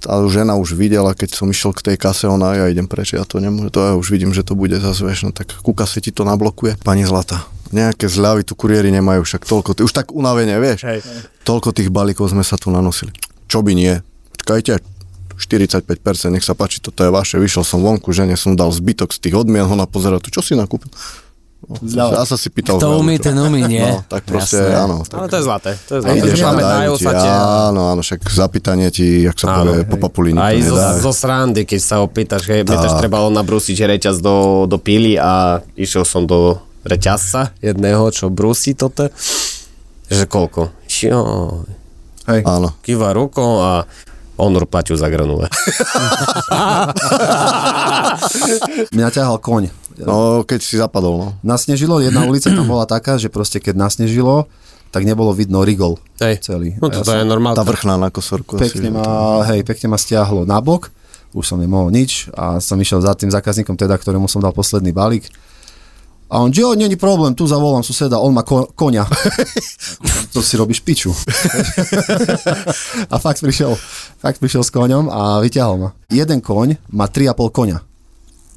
Speaker 5: Tá žena už videla, keď som išiel k tej kase, ona, ja idem preč, ja to nemôžem, to ja už vidím, že to bude zase, vieš, no tak ku kase ti to nablokuje. Pani Zlata, nejaké zľavy tu kuriéri nemajú, však toľko, ty- už tak unavene, vieš, Hej. toľko tých balíkov sme sa tu nanosili. Čo by nie? Čakajte, 45%, nech sa páči, toto je vaše, vyšiel som vonku, žene som dal zbytok z tých odmien, ona pozera tu, čo si nakúpil? No. Ja som si pýtal.
Speaker 6: To
Speaker 5: veľa
Speaker 6: umí,
Speaker 5: ľudí.
Speaker 6: ten umí, nie?
Speaker 5: No, tak proste,
Speaker 6: Jasné.
Speaker 5: áno. Tak.
Speaker 4: Ale to je zlaté. No, To je
Speaker 5: A
Speaker 4: zlaté.
Speaker 5: ideš
Speaker 4: že
Speaker 5: a
Speaker 4: máme
Speaker 5: dajú
Speaker 4: dajú
Speaker 5: ti,
Speaker 4: sa tie...
Speaker 5: áno, áno, však zapýtanie ti, jak sa povie, po papulíni
Speaker 4: Aj
Speaker 5: to
Speaker 4: zo,
Speaker 5: nedá.
Speaker 4: zo srandy, keď sa opýtaš, hej, mne tiež trebalo nabrúsiť reťaz do, do pily a išiel som do reťazca jedného, čo brúsi toto, že koľko? Jo,
Speaker 7: Hej.
Speaker 5: Áno.
Speaker 4: kýva rukou a on platil za
Speaker 5: <laughs>
Speaker 4: granule.
Speaker 3: Mňa ťahal koň.
Speaker 5: No, keď si zapadol, no.
Speaker 3: Nasnežilo, jedna ulica tam bola taká, že proste keď nasnežilo, tak nebolo vidno rigol
Speaker 4: Hej.
Speaker 3: celý.
Speaker 4: No
Speaker 3: A ja
Speaker 4: to, to je normálne.
Speaker 5: Tá vrchná na kosorku.
Speaker 3: pekne ma, hej, pekne ma stiahlo nabok, už som nemohol nič a som išiel za tým zákazníkom, teda, ktorému som dal posledný balík. A on, jo, není problém, tu zavolám suseda, on má ko- konia. to si robíš piču. a fakt prišiel, fakt prišiel s koňom a vyťahol ma. Jeden koň má 3,5 konia.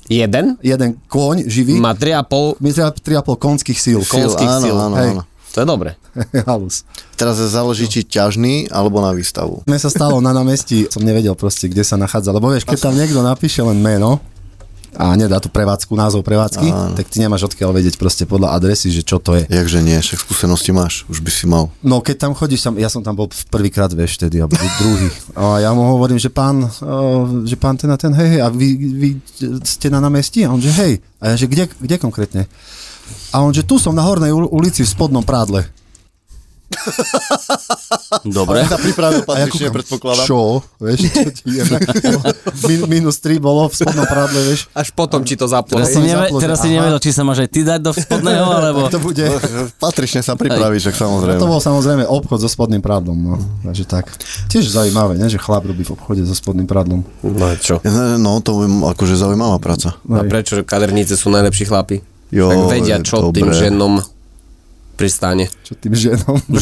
Speaker 4: Jeden
Speaker 3: Jeden koň živý má
Speaker 4: má 3,5
Speaker 3: mi treba 3,5 konských síl.
Speaker 4: konských
Speaker 5: áno,
Speaker 4: síl.
Speaker 5: áno,
Speaker 3: Hej.
Speaker 5: áno.
Speaker 4: To je dobre.
Speaker 3: <laughs> Halus.
Speaker 5: Teraz záleží, či ťažný, alebo na výstavu.
Speaker 3: Mne sa stalo na námestí, som nevedel proste, kde sa nachádza, lebo vieš, keď tam niekto napíše len meno a nedá tu prevádzku, názov prevádzky, tak ty nemáš odkiaľ vedieť proste podľa adresy, že čo to je.
Speaker 5: Jakže nie, však skúsenosti máš, už by si mal.
Speaker 3: No keď tam chodíš, tam, ja som tam bol v prvýkrát, vieš, vtedy, alebo dru- druhý. A ja mu hovorím, že pán, o, že pán ten a ten, hej, hej, a vy, vy ste na námestí? A on, že hej. A ja, že kde, kde konkrétne? A on, že tu som na Hornej ul- ulici v spodnom prádle.
Speaker 6: Dobre.
Speaker 5: Sa pripravil
Speaker 3: A ja
Speaker 5: patrične,
Speaker 3: kúkam,
Speaker 5: predpokladám.
Speaker 3: Čo? Vieš, čo ti je? <laughs> Min- minus 3 bolo v spodnom prádle, vieš.
Speaker 4: Až potom ti to zaplo.
Speaker 6: Teraz
Speaker 3: som
Speaker 6: si, neve,
Speaker 3: zaplo, že-
Speaker 6: teraz si
Speaker 3: aha.
Speaker 6: nevedel, či sa máš aj ty dať do spodného, alebo...
Speaker 3: Tak to bude.
Speaker 5: Patrične sa pripravíš, tak samozrejme.
Speaker 3: To bol samozrejme obchod so spodným prádlom, no. Takže tak. Tiež zaujímavé, ne? že chlap robí v obchode so spodným prádlom.
Speaker 4: No a čo?
Speaker 5: No, to je akože zaujímavá práca.
Speaker 4: A prečo kaderníci sú najlepší chlapi?
Speaker 5: Jo,
Speaker 4: tak vedia, čo
Speaker 5: dobre.
Speaker 4: tým ženom pristane.
Speaker 3: Čo tým ženom?
Speaker 8: <laughs>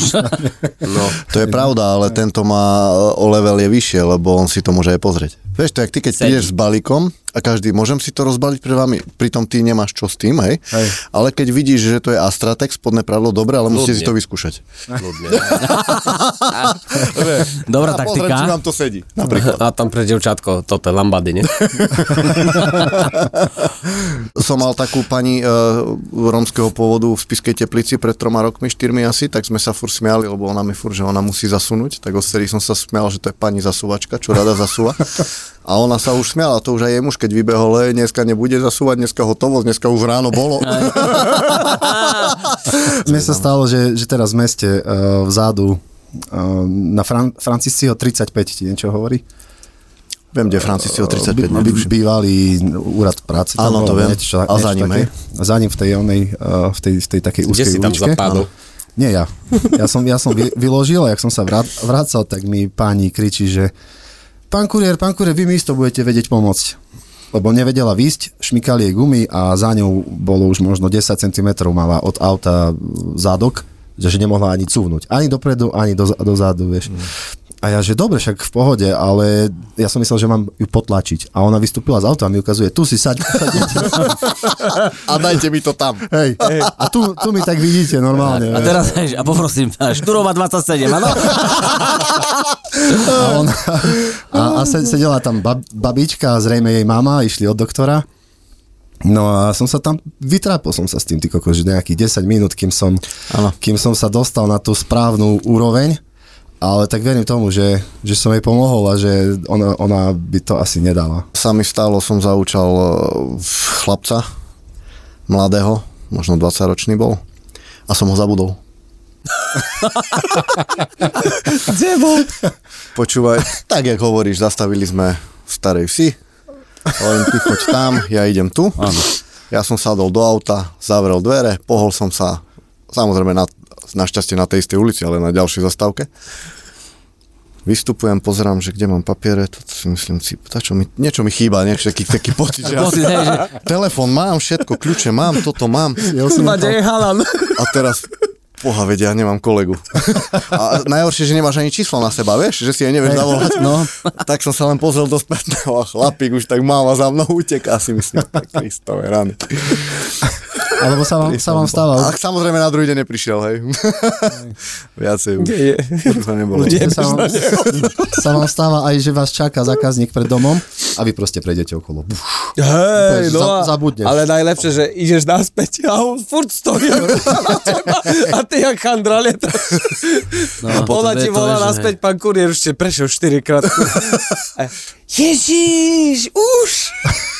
Speaker 4: No.
Speaker 5: To je pravda, ale tento má e, o level je vyššie, lebo on si to môže aj pozrieť. Vieš to, jak ty keď
Speaker 4: Sedí.
Speaker 5: prídeš s balíkom a každý, môžem si to rozbaliť pre vami, pritom ty nemáš čo s tým, hej?
Speaker 3: Hej.
Speaker 5: Ale keď vidíš, že to je Astratex, spodné pravdlo, dobre, ale musíte si
Speaker 4: Ľudne.
Speaker 5: to vyskúšať.
Speaker 6: Dobrá
Speaker 5: Pozrieť, či
Speaker 6: taktika.
Speaker 5: vám to sedí.
Speaker 4: A tam pre devčatko, toto je lambady, ne?
Speaker 5: Som mal takú pani e, rómskeho pôvodu v Spiskej teplici pred troma rokmi, štyrmi asi, tak sme sa fur smiali, lebo ona mi fur, že ona musí zasunúť, tak odtedy som sa smial, že to je pani zasúvačka, čo rada zasúva. A ona sa už smiala, to už aj jej muž, keď vybehol, le, dneska nebude zasúvať, dneska hotovosť, dneska už ráno bolo.
Speaker 3: Mne sa stalo, že, že teraz v meste uh, vzadu uh, na Fran- Francisciho 35 ti niečo hovorí?
Speaker 5: Viem, kde Francis o 35
Speaker 3: By- by,
Speaker 5: netuším.
Speaker 3: bývalý úrad práce. tam
Speaker 5: Áno,
Speaker 3: bolo
Speaker 5: to viem.
Speaker 3: Niečo,
Speaker 5: A za
Speaker 3: niečo
Speaker 5: ním,
Speaker 3: také.
Speaker 5: hej?
Speaker 3: Za ním v tej, onej, uh, v tej, v tej takej úzkej
Speaker 4: si tam
Speaker 3: uličke.
Speaker 4: zapadol?
Speaker 3: Nie ja. Ja som, ja som vy, vyložil a jak som sa vrát, vracal, tak mi pani kričí, že pán kuriér, pán kuriér, vy mi isto budete vedieť pomôcť. Lebo nevedela výsť, šmykali jej gumy a za ňou bolo už možno 10 cm mala od auta zadok, že že nemohla ani cúvnuť. Ani dopredu, ani do, dozadu, vieš.
Speaker 4: Mm.
Speaker 3: A ja, že dobre, však v pohode, ale ja som myslel, že mám ju potlačiť. A ona vystúpila z auta a mi ukazuje, tu si saď, sadnite.
Speaker 5: A dajte mi to tam.
Speaker 3: Hej, hej. A tu, tu mi tak vidíte normálne.
Speaker 6: A
Speaker 3: vieš.
Speaker 6: teraz, hej, a poprosím, Šturova 27, áno?
Speaker 3: A, on, a, a se- sedela tam bab, babička, zrejme jej mama, išli od doktora. No a som sa tam, vytrápil som sa s tým, ty kokos, že nejakých 10 minút, kým som,
Speaker 5: Áno.
Speaker 3: kým som sa dostal na tú správnu úroveň, ale tak verím tomu, že, že som jej pomohol a že ona, ona by to asi nedala.
Speaker 5: Sa mi stalo, som zaučal e, chlapca, mladého, možno 20-ročný bol, a som ho zabudol.
Speaker 3: <laughs> Kde bol?
Speaker 5: Počúvaj, tak jak hovoríš, zastavili sme v starej vsi, hovorím, ty choď tam, ja idem tu. Áno. Ja som sadol do auta, zavrel dvere, pohol som sa, samozrejme na, našťastie na tej istej ulici, ale na ďalšej zastávke. Vystupujem, pozerám, že kde mám papiere, to si myslím, si, tá, čo mi, niečo mi chýba, nie? Taký, taký pocit, že ja,
Speaker 6: Pocit, hej, že
Speaker 5: telefón mám, všetko, kľúče mám, toto mám.
Speaker 4: je halan.
Speaker 5: A teraz, boha, vedia, ja nemám kolegu. A najhoršie, že nemáš ani číslo na seba, vieš, že si jej nevieš zavolať. No. Tak som sa len pozrel do spätného a chlapík už tak máma za mnou uteká si myslím, tak Kristove rany.
Speaker 3: Alebo sa vám, sa vám stáva.
Speaker 5: A samozrejme na druhý deň neprišiel, hej. <laughs> Viacej už.
Speaker 8: je?
Speaker 5: Už ho
Speaker 3: <laughs>
Speaker 5: nebolo.
Speaker 3: že Sa vám, <laughs> sa vám stáva aj, že vás čaká zákazník pred domom a vy proste prejdete okolo. Buf.
Speaker 8: Hej,
Speaker 3: Úplne
Speaker 8: no
Speaker 3: za-
Speaker 8: a,
Speaker 3: zabudneš.
Speaker 8: Ale najlepšie, že ideš naspäť a on furt stojí na teba a ty jak chandra lietaš. No, a
Speaker 6: potom
Speaker 8: ona
Speaker 6: je
Speaker 8: ti
Speaker 6: to,
Speaker 8: volá
Speaker 6: že
Speaker 8: naspäť, pán kuriér už ste prešiel 4 krát. A, Ježiš, už!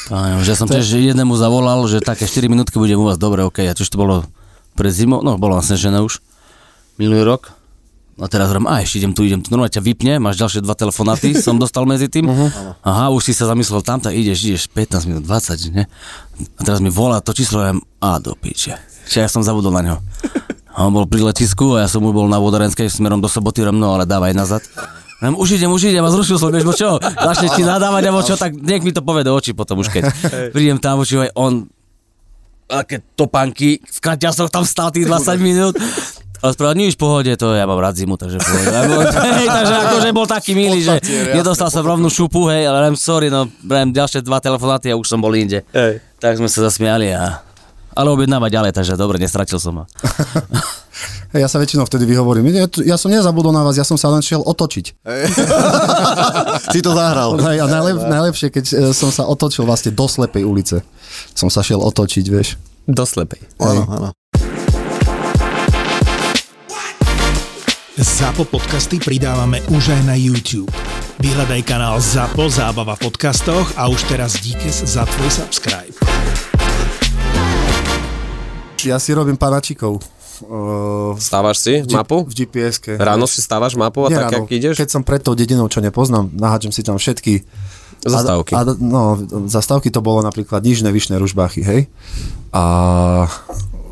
Speaker 6: Áno, že ja som tiež jednému zavolal, že také 4 minútky budem u vás, dobre, OK, a tiež to bolo pred zimou, no bolo vlastne žené už, minulý rok. A teraz hovorím, a ešte idem tu, idem tu, normálne ťa vypne, máš ďalšie dva telefonáty, som dostal medzi tým. Aha, už si sa zamyslel tam, tak ideš, ideš 15 minút, 20, ne? A teraz mi volá to číslo, a ja a do piče. Čiže ja som zabudol na neho. A on bol pri letisku a ja som už bol na Vodorenskej smerom do soboty, hovorím, no ale dávaj nazad. Hovorím, už idem, už idem a zrušil som, vieš, bo čo? Začne ti nadávať, alebo čo, tak nech mi to povie do očí potom už keď. Prídem tam, oči, on aké topánky, v kraťasoch tam stál tých 20 minút. Ale spravil, nič, v pohode, to ja mám rád zimu, takže v pohode. Lebo- <laughs> hej, takže akože bol taký milý, že nedostal som rovnú šupu, hej, ale rem, sorry, no, rem, ďalšie dva telefonáty a už som bol inde.
Speaker 8: Hej.
Speaker 6: Tak sme sa zasmiali a... Ale objednávať ďalej, takže dobre, nestratil som
Speaker 5: <laughs>
Speaker 6: ho.
Speaker 3: Ja sa väčšinou vtedy vyhovorím, ja, ja som nezabudol na vás, ja som sa len šiel otočiť.
Speaker 5: Si to zahral.
Speaker 3: Hej, a najlep, najlepšie, keď e, som sa otočil vlastne do slepej ulice. Som sa šiel otočiť, vieš.
Speaker 8: Do slepej.
Speaker 5: Áno, áno.
Speaker 1: ZAPO podcasty pridávame už aj na YouTube. Vyhľadaj kanál ZAPO Zábava v podcastoch a už teraz díkes za tvoj subscribe.
Speaker 3: Ja si robím panačikov. Uh,
Speaker 4: Stávaš si mapu?
Speaker 3: V GPS-ke.
Speaker 4: Ráno si stávaš mapu a
Speaker 3: Nie
Speaker 4: tak,
Speaker 3: ráno.
Speaker 4: jak ideš?
Speaker 3: Keď som pred tou dedinou, čo nepoznám, naháčem si tam všetky
Speaker 4: Zastávky.
Speaker 3: A, a, no, zastávky to bolo napríklad Nižné Vyšné Ružbáchy, hej. A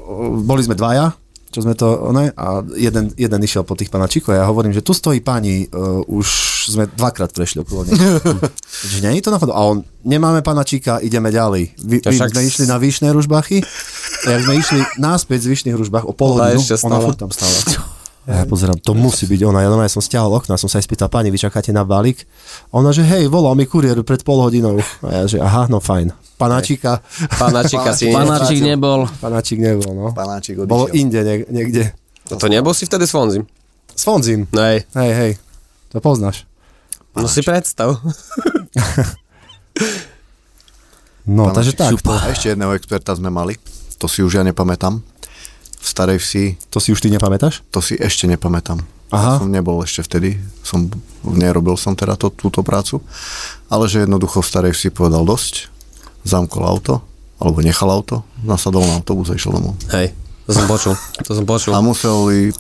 Speaker 3: o, boli sme dvaja, čo sme to, ne, a jeden, jeden išiel po tých panačíkoch a ja hovorím, že tu stojí pani, uh, už sme dvakrát prešli okolo
Speaker 4: <laughs>
Speaker 3: nej. že nie je to náhodou. A on, nemáme panačíka, ideme ďalej. Vy, my
Speaker 4: To však
Speaker 3: sme
Speaker 4: s-
Speaker 3: išli na Vyšné Ružbachy, a jak sme išli náspäť z Vyšných Ružbach o pol
Speaker 4: Ona
Speaker 3: hodinu,
Speaker 4: ešte
Speaker 3: ona
Speaker 4: stála.
Speaker 3: furt tam stála. A ja pozerám, to musí byť ona. Ja normálne som stiahol okno, som sa aj spýtal, pani, vy čakáte na balík? A ona, že hej, volal mi kuriér pred pol hodinou. A ja, že aha, no fajn. Panáčika.
Speaker 4: Panáčika si...
Speaker 6: Panáčik nebol.
Speaker 3: Panáčik nebol, no.
Speaker 5: Panáčik odišiel.
Speaker 3: Bolo inde nie, niekde.
Speaker 4: To nebol si vtedy s Fonzim?
Speaker 3: S Fonzim.
Speaker 4: No hej.
Speaker 3: Hej, hej. To poznáš.
Speaker 4: No si predstav.
Speaker 3: No, takže tak.
Speaker 5: A ešte jedného experta sme mali, to si už ja nepamätám. V Starej Vsi,
Speaker 3: To si už ty nepamätáš?
Speaker 5: to si ešte nepamätám.
Speaker 3: Aha.
Speaker 5: Som nebol ešte vtedy, som, nerobil som teda to, túto prácu, ale že jednoducho v Starej Vsi povedal dosť, zamkol auto, alebo nechal auto, nasadol na autobus a išiel domov.
Speaker 4: Hej. To som počul. To som počul.
Speaker 5: A museli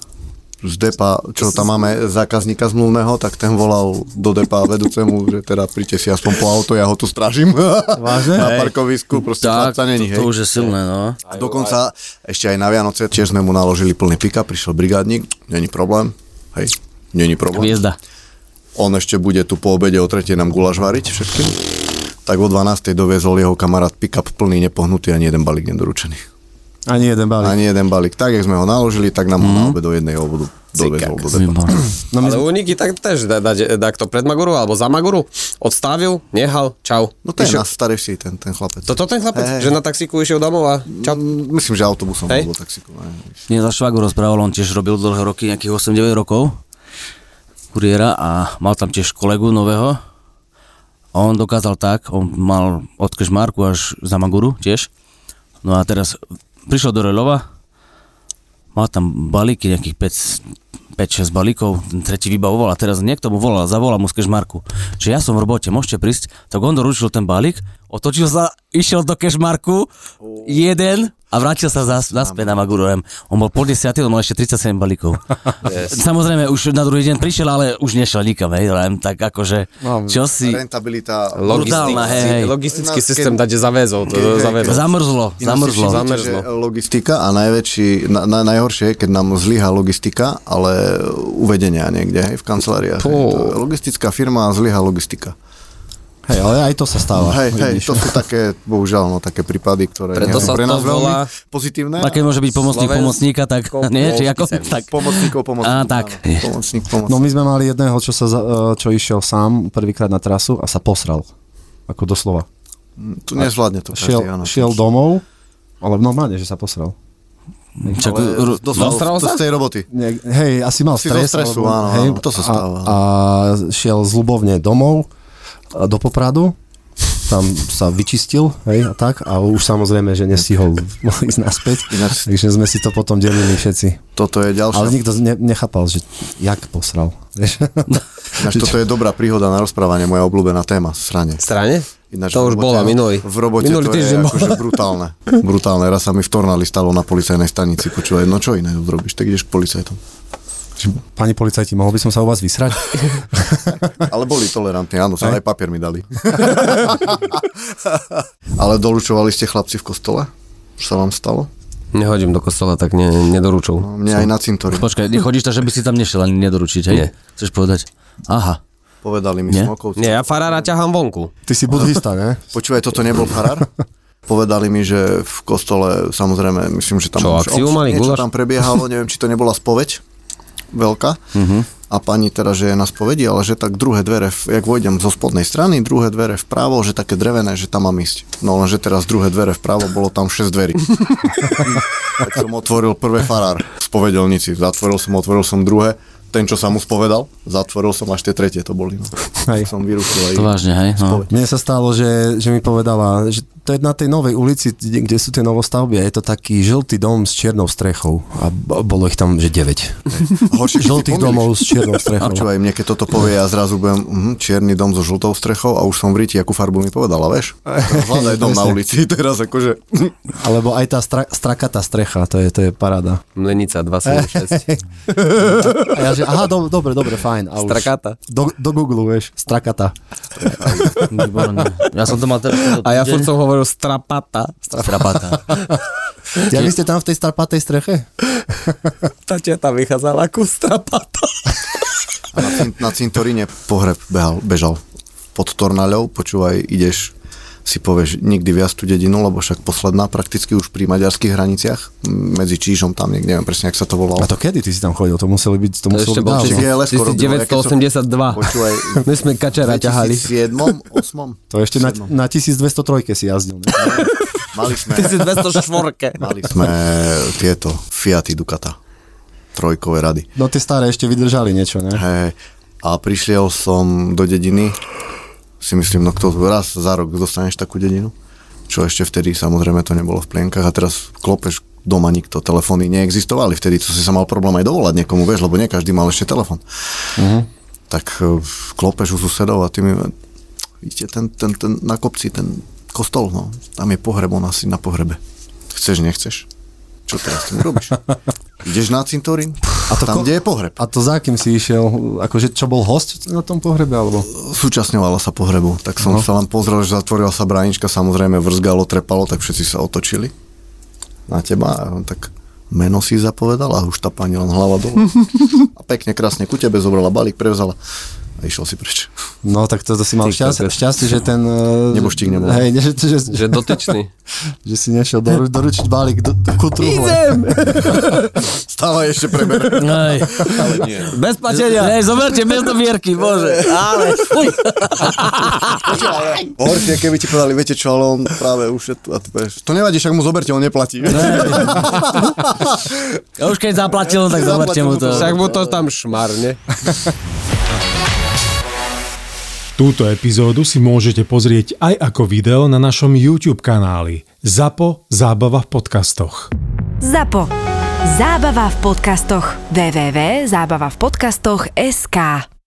Speaker 5: z depa, čo tam máme zákazníka zmluvného, tak ten volal do depa vedúcemu, <laughs> že teda príďte si aspoň po auto, ja ho tu strážim. Vážne? Na parkovisku, proste
Speaker 6: Tak,
Speaker 5: chlapca
Speaker 6: to,
Speaker 5: není,
Speaker 6: to
Speaker 5: hej.
Speaker 6: už je silné, no.
Speaker 5: A dokonca ešte aj na Vianoce tiež sme mu naložili plný pika, prišiel brigádnik, není problém, hej, není problém.
Speaker 6: Hviezda.
Speaker 5: On ešte bude tu po obede o tretej nám gulaš variť všetkým. Tak o 12. doviezol jeho kamarát pick-up plný, nepohnutý, ani jeden balík nedoručený.
Speaker 3: Ani jeden balík.
Speaker 5: Ani jeden balík. Tak, jak sme ho naložili, tak nám ho
Speaker 6: Mhm.
Speaker 5: na obed do jednej obodu doviezol do depa.
Speaker 6: Výborné.
Speaker 4: No ale u Niky tak tež da, da, da, kto pred Maguru alebo za Maguru odstavil, nehal, čau.
Speaker 5: No to je
Speaker 4: Išiel-
Speaker 5: na starej vsi ten, ten chlapec.
Speaker 4: Toto ten chlapec,
Speaker 5: Hej.
Speaker 4: že na taxíku išiel domov a čau.
Speaker 5: Mm, Myslím, že autobusom
Speaker 4: Hej.
Speaker 5: alebo taxikom. ne?
Speaker 6: Mne za švagu rozprával, on tiež robil dlhé roky, nejakých 8-9 rokov, kuriéra a mal tam tiež kolegu nového. A on dokázal tak, on mal od Kešmarku až za Maguru tiež. No a teraz prišiel do Relova, mal tam balíky, nejakých 5, 5-6 balíkov, ten tretí vybavoval a teraz niekto mu volal, zavolal mu z kešmarku, že ja som v robote, môžete prísť, tak on doručil ten balík, otočil sa, išiel do kešmarku, jeden a vrátil sa zas, naspäť na Maguru. Hovorím, On bol po 10, on mal ešte 37 balíkov. Samozrejme, už na druhý deň prišiel, ale už nešiel nikam, hej, len tak akože, čo si...
Speaker 5: Rentabilita.
Speaker 6: Brutálna, hej, hej.
Speaker 4: logistický
Speaker 5: Nás,
Speaker 4: systém,
Speaker 5: keď-
Speaker 4: dať zavezol, to,
Speaker 5: keď-
Speaker 4: zavedol.
Speaker 6: Zamrzlo, zamrzlo.
Speaker 4: Zam-
Speaker 5: Zamrzlo. Že
Speaker 4: Zamrzlo.
Speaker 5: logistika a najväčší, na, na, najhoršie je, keď nám zlyha logistika, ale uvedenia niekde, hej, v kanceláriách. Hej,
Speaker 4: Po-
Speaker 5: to, je logistická firma a zlyha logistika.
Speaker 3: Hej, ale aj to sa stáva.
Speaker 5: Hej, hej, to sú také, bohužiaľ, no také prípady, ktoré nie
Speaker 4: Preto
Speaker 5: sú
Speaker 4: sa
Speaker 5: pre
Speaker 4: to
Speaker 5: nás veľmi
Speaker 4: volá-
Speaker 5: pozitívne.
Speaker 6: A keď môže byť pomocník
Speaker 4: Slovensko-
Speaker 6: pomocníka, tak nie, či ako, tak
Speaker 5: Pomocníkov, pomocníkov.
Speaker 6: Á, tak.
Speaker 5: áno, Pomocník, pomocník.
Speaker 3: No my sme mali jedného, čo, sa, za- e, čo išiel sám prvýkrát na trasu a sa posral. Ako doslova.
Speaker 5: tu nezvládne to
Speaker 3: šiel,
Speaker 5: každý, áno.
Speaker 3: šiel domov Ale normálne, že sa posral.
Speaker 6: Čak,
Speaker 5: Ale
Speaker 6: ru-
Speaker 5: dostal
Speaker 6: dostal
Speaker 5: to
Speaker 6: sa?
Speaker 5: z tej roboty.
Speaker 3: Ne, hej, asi mal
Speaker 5: Asi zo
Speaker 3: stres.
Speaker 5: stresu, áno,
Speaker 3: hej,
Speaker 5: áno, to sa
Speaker 3: a,
Speaker 5: stáva.
Speaker 3: a šiel z Lubovne domov a do Popradu, tam sa vyčistil, hej, a tak, a už samozrejme, že nestihol <laughs> ísť naspäť,
Speaker 5: Ináč-
Speaker 3: takže sme si to potom delili všetci.
Speaker 5: Toto je ďalšia.
Speaker 3: Ale nikto ne, nechápal, že jak posral.
Speaker 5: <laughs>
Speaker 3: Vieš?
Speaker 5: Ináč, toto je dobrá príhoda na rozprávanie, moja obľúbená téma, srane.
Speaker 4: Strane?
Speaker 5: Ináč,
Speaker 4: to
Speaker 5: v
Speaker 4: už
Speaker 5: robote-
Speaker 4: bola minulý.
Speaker 5: V robote
Speaker 4: minulý
Speaker 5: to je
Speaker 4: týždeň bola.
Speaker 5: akože
Speaker 4: <laughs>
Speaker 5: brutálne. Brutálne. Raz sa mi v Tornali stalo na policajnej stanici. Počúvaj, no čo iné urobíš, tak ideš k policajtom.
Speaker 3: Pani policajti, mohol by som sa u vás
Speaker 5: <laughs>
Speaker 3: vysrať?
Speaker 5: Ale boli tolerantní, áno, sa aj papier mi dali. <laughs> Ale doručovali ste chlapci v kostole? Už sa vám stalo?
Speaker 4: Nehodím do kostola, tak ne, nedoručil.
Speaker 5: No, Mne aj na cintorín.
Speaker 6: Počkaj, nechodíš tak, že by si tam nešiel ani nedoručiť, hej?
Speaker 4: Nie.
Speaker 6: Chceš povedať? Aha.
Speaker 5: Povedali mi
Speaker 6: Nie?
Speaker 5: smokovci.
Speaker 4: Nie, ja farára ťahám vonku.
Speaker 3: Ty si budhista, ne?
Speaker 5: Počúvaj, toto nebol farár? Povedali mi, že v kostole, samozrejme, myslím, že tam
Speaker 4: Čo,
Speaker 5: už
Speaker 4: akciu
Speaker 5: obs-
Speaker 4: mali,
Speaker 5: niečo
Speaker 4: gulaš?
Speaker 5: tam prebiehalo, neviem, či to nebola spoveď veľká. A pani teda, že je na spovedi, ale že tak druhé dvere, v, jak vojdem zo spodnej strany, druhé dvere vpravo, že také drevené, že tam mám ísť. No lenže teraz druhé dvere vpravo, bolo tam 6 dverí. tak som otvoril prvé farár v spovedelnici, zatvoril som, otvoril som druhé, ten, čo sa mu spovedal, zatvoril som až tie tretie, to boli. No.
Speaker 3: Hej.
Speaker 5: Som vyrušil aj...
Speaker 6: To vážne, hej? No.
Speaker 3: Mne sa stalo, že, že mi povedala, že to je na tej novej ulici, kde kde sú tie novostavby a je to taký žltý dom s čiernou strechou a b- bolo ich tam, že 9.
Speaker 5: Horšie, keď si
Speaker 3: Žltých
Speaker 5: pomýliš.
Speaker 3: domov s čiernou strechou.
Speaker 5: Počúvaj, mne keď toto povie, ja zrazu budem mhm, čierny dom so žltou strechou a už som v ríti, akú farbu mi povedala, <laughs> vieš? Hľadaj dom na
Speaker 3: Presne.
Speaker 5: ulici, <laughs> teraz akože...
Speaker 3: Alebo aj tá stra- strakatá strecha, to je, to je paráda.
Speaker 4: Mlenica 276.
Speaker 3: A ja že, aha, do, dobre, dobre, fajn. A už
Speaker 4: Strakata.
Speaker 3: do, do Google, vieš, strakata.
Speaker 6: Výborné. Ja som to mal teraz...
Speaker 4: A ja furt som hovoril strapata. <laughs>
Speaker 6: Strapata.
Speaker 3: Ja vy ste tam v tej strapatej streche?
Speaker 4: Tá teta vychádzala ako strapata.
Speaker 5: A na, cin- na cintoríne pohreb behal, bežal. Pod Tornaľou, počúvaj, ideš si povieš nikdy viac tú dedinu, lebo však posledná prakticky už pri maďarských hraniciach, m, medzi Čížom tam niekde, neviem presne, ak sa to volalo.
Speaker 3: A to kedy ty si tam chodil? To museli byť, to muselo
Speaker 4: Ešte
Speaker 3: byť
Speaker 4: bol
Speaker 3: dávno.
Speaker 5: čiže- GLS ko robilo, ja keď som-
Speaker 4: 1982.
Speaker 5: Počúvaj,
Speaker 4: My sme kačera ťahali.
Speaker 5: 2007, 2008?
Speaker 3: To ešte na, na 1203 si jazdil. Ne?
Speaker 5: Mali sme...
Speaker 4: 1204.
Speaker 5: Mali sme tieto Fiaty Ducata, trojkové rady.
Speaker 3: No tie staré ešte vydržali niečo, ne?
Speaker 5: Hej, a prišiel som do dediny, si myslím, no kto raz za rok dostaneš takú dedinu, čo ešte vtedy samozrejme to nebolo v plienkach a teraz klopeš doma nikto, telefóny neexistovali vtedy, to si sa mal problém aj dovolať niekomu, vieš, lebo nie každý mal ešte telefón.
Speaker 3: Mhm.
Speaker 5: Tak e, klopeš u susedov a ty mi, vidíte, ten, ten, ten na kopci, ten kostol, no, tam je pohreb, on asi na pohrebe. Chceš, nechceš? Čo teraz s tým
Speaker 3: <laughs>
Speaker 5: robíš? Ideš na cintorín? A
Speaker 3: to
Speaker 5: to tam,
Speaker 3: ko-
Speaker 5: kde je pohreb?
Speaker 3: A to za kým si išiel? Akože čo bol host na tom pohrebe? Alebo?
Speaker 5: súčasňovala sa pohrebu, tak som sa len pozrel, že zatvorila sa bránička, samozrejme vrzgalo, trepalo, tak všetci sa otočili na teba a on tak meno si zapovedal a už tá pani len hlava dole. A pekne, krásne ku tebe zobrala balík, prevzala a išiel si preč.
Speaker 3: No tak to, to si mal
Speaker 4: Ty
Speaker 3: šťastie,
Speaker 4: kokos.
Speaker 3: šťastie, že ten... eh,
Speaker 5: Neboštík nebol.
Speaker 3: Hej, ne, že, že, že,
Speaker 4: <laughs> Že dotyčný.
Speaker 3: že, si nešiel doru, doručiť balík do, do kutru. Idem!
Speaker 5: <laughs> Stále ešte preber.
Speaker 6: Hej. Bez plačenia. Hej, zoberte bez dobierky,
Speaker 4: <laughs>
Speaker 6: bože. Ale, fuj.
Speaker 5: Horšie, keby ti povedali, viete čo, ale on práve už je tu a ty povieš, to nevadí, však mu zoberte, on neplatí.
Speaker 6: <laughs> Ja už keď zaplatil, no tak zoberte mu to.
Speaker 4: Však mu to tam šmarne.
Speaker 9: Túto epizódu si môžete pozrieť aj ako video na našom YouTube kanáli ZAPO Zábava v podcastoch.
Speaker 10: ZAPO. Zábava v podcastoch. www.zábavavpodcastoch.sk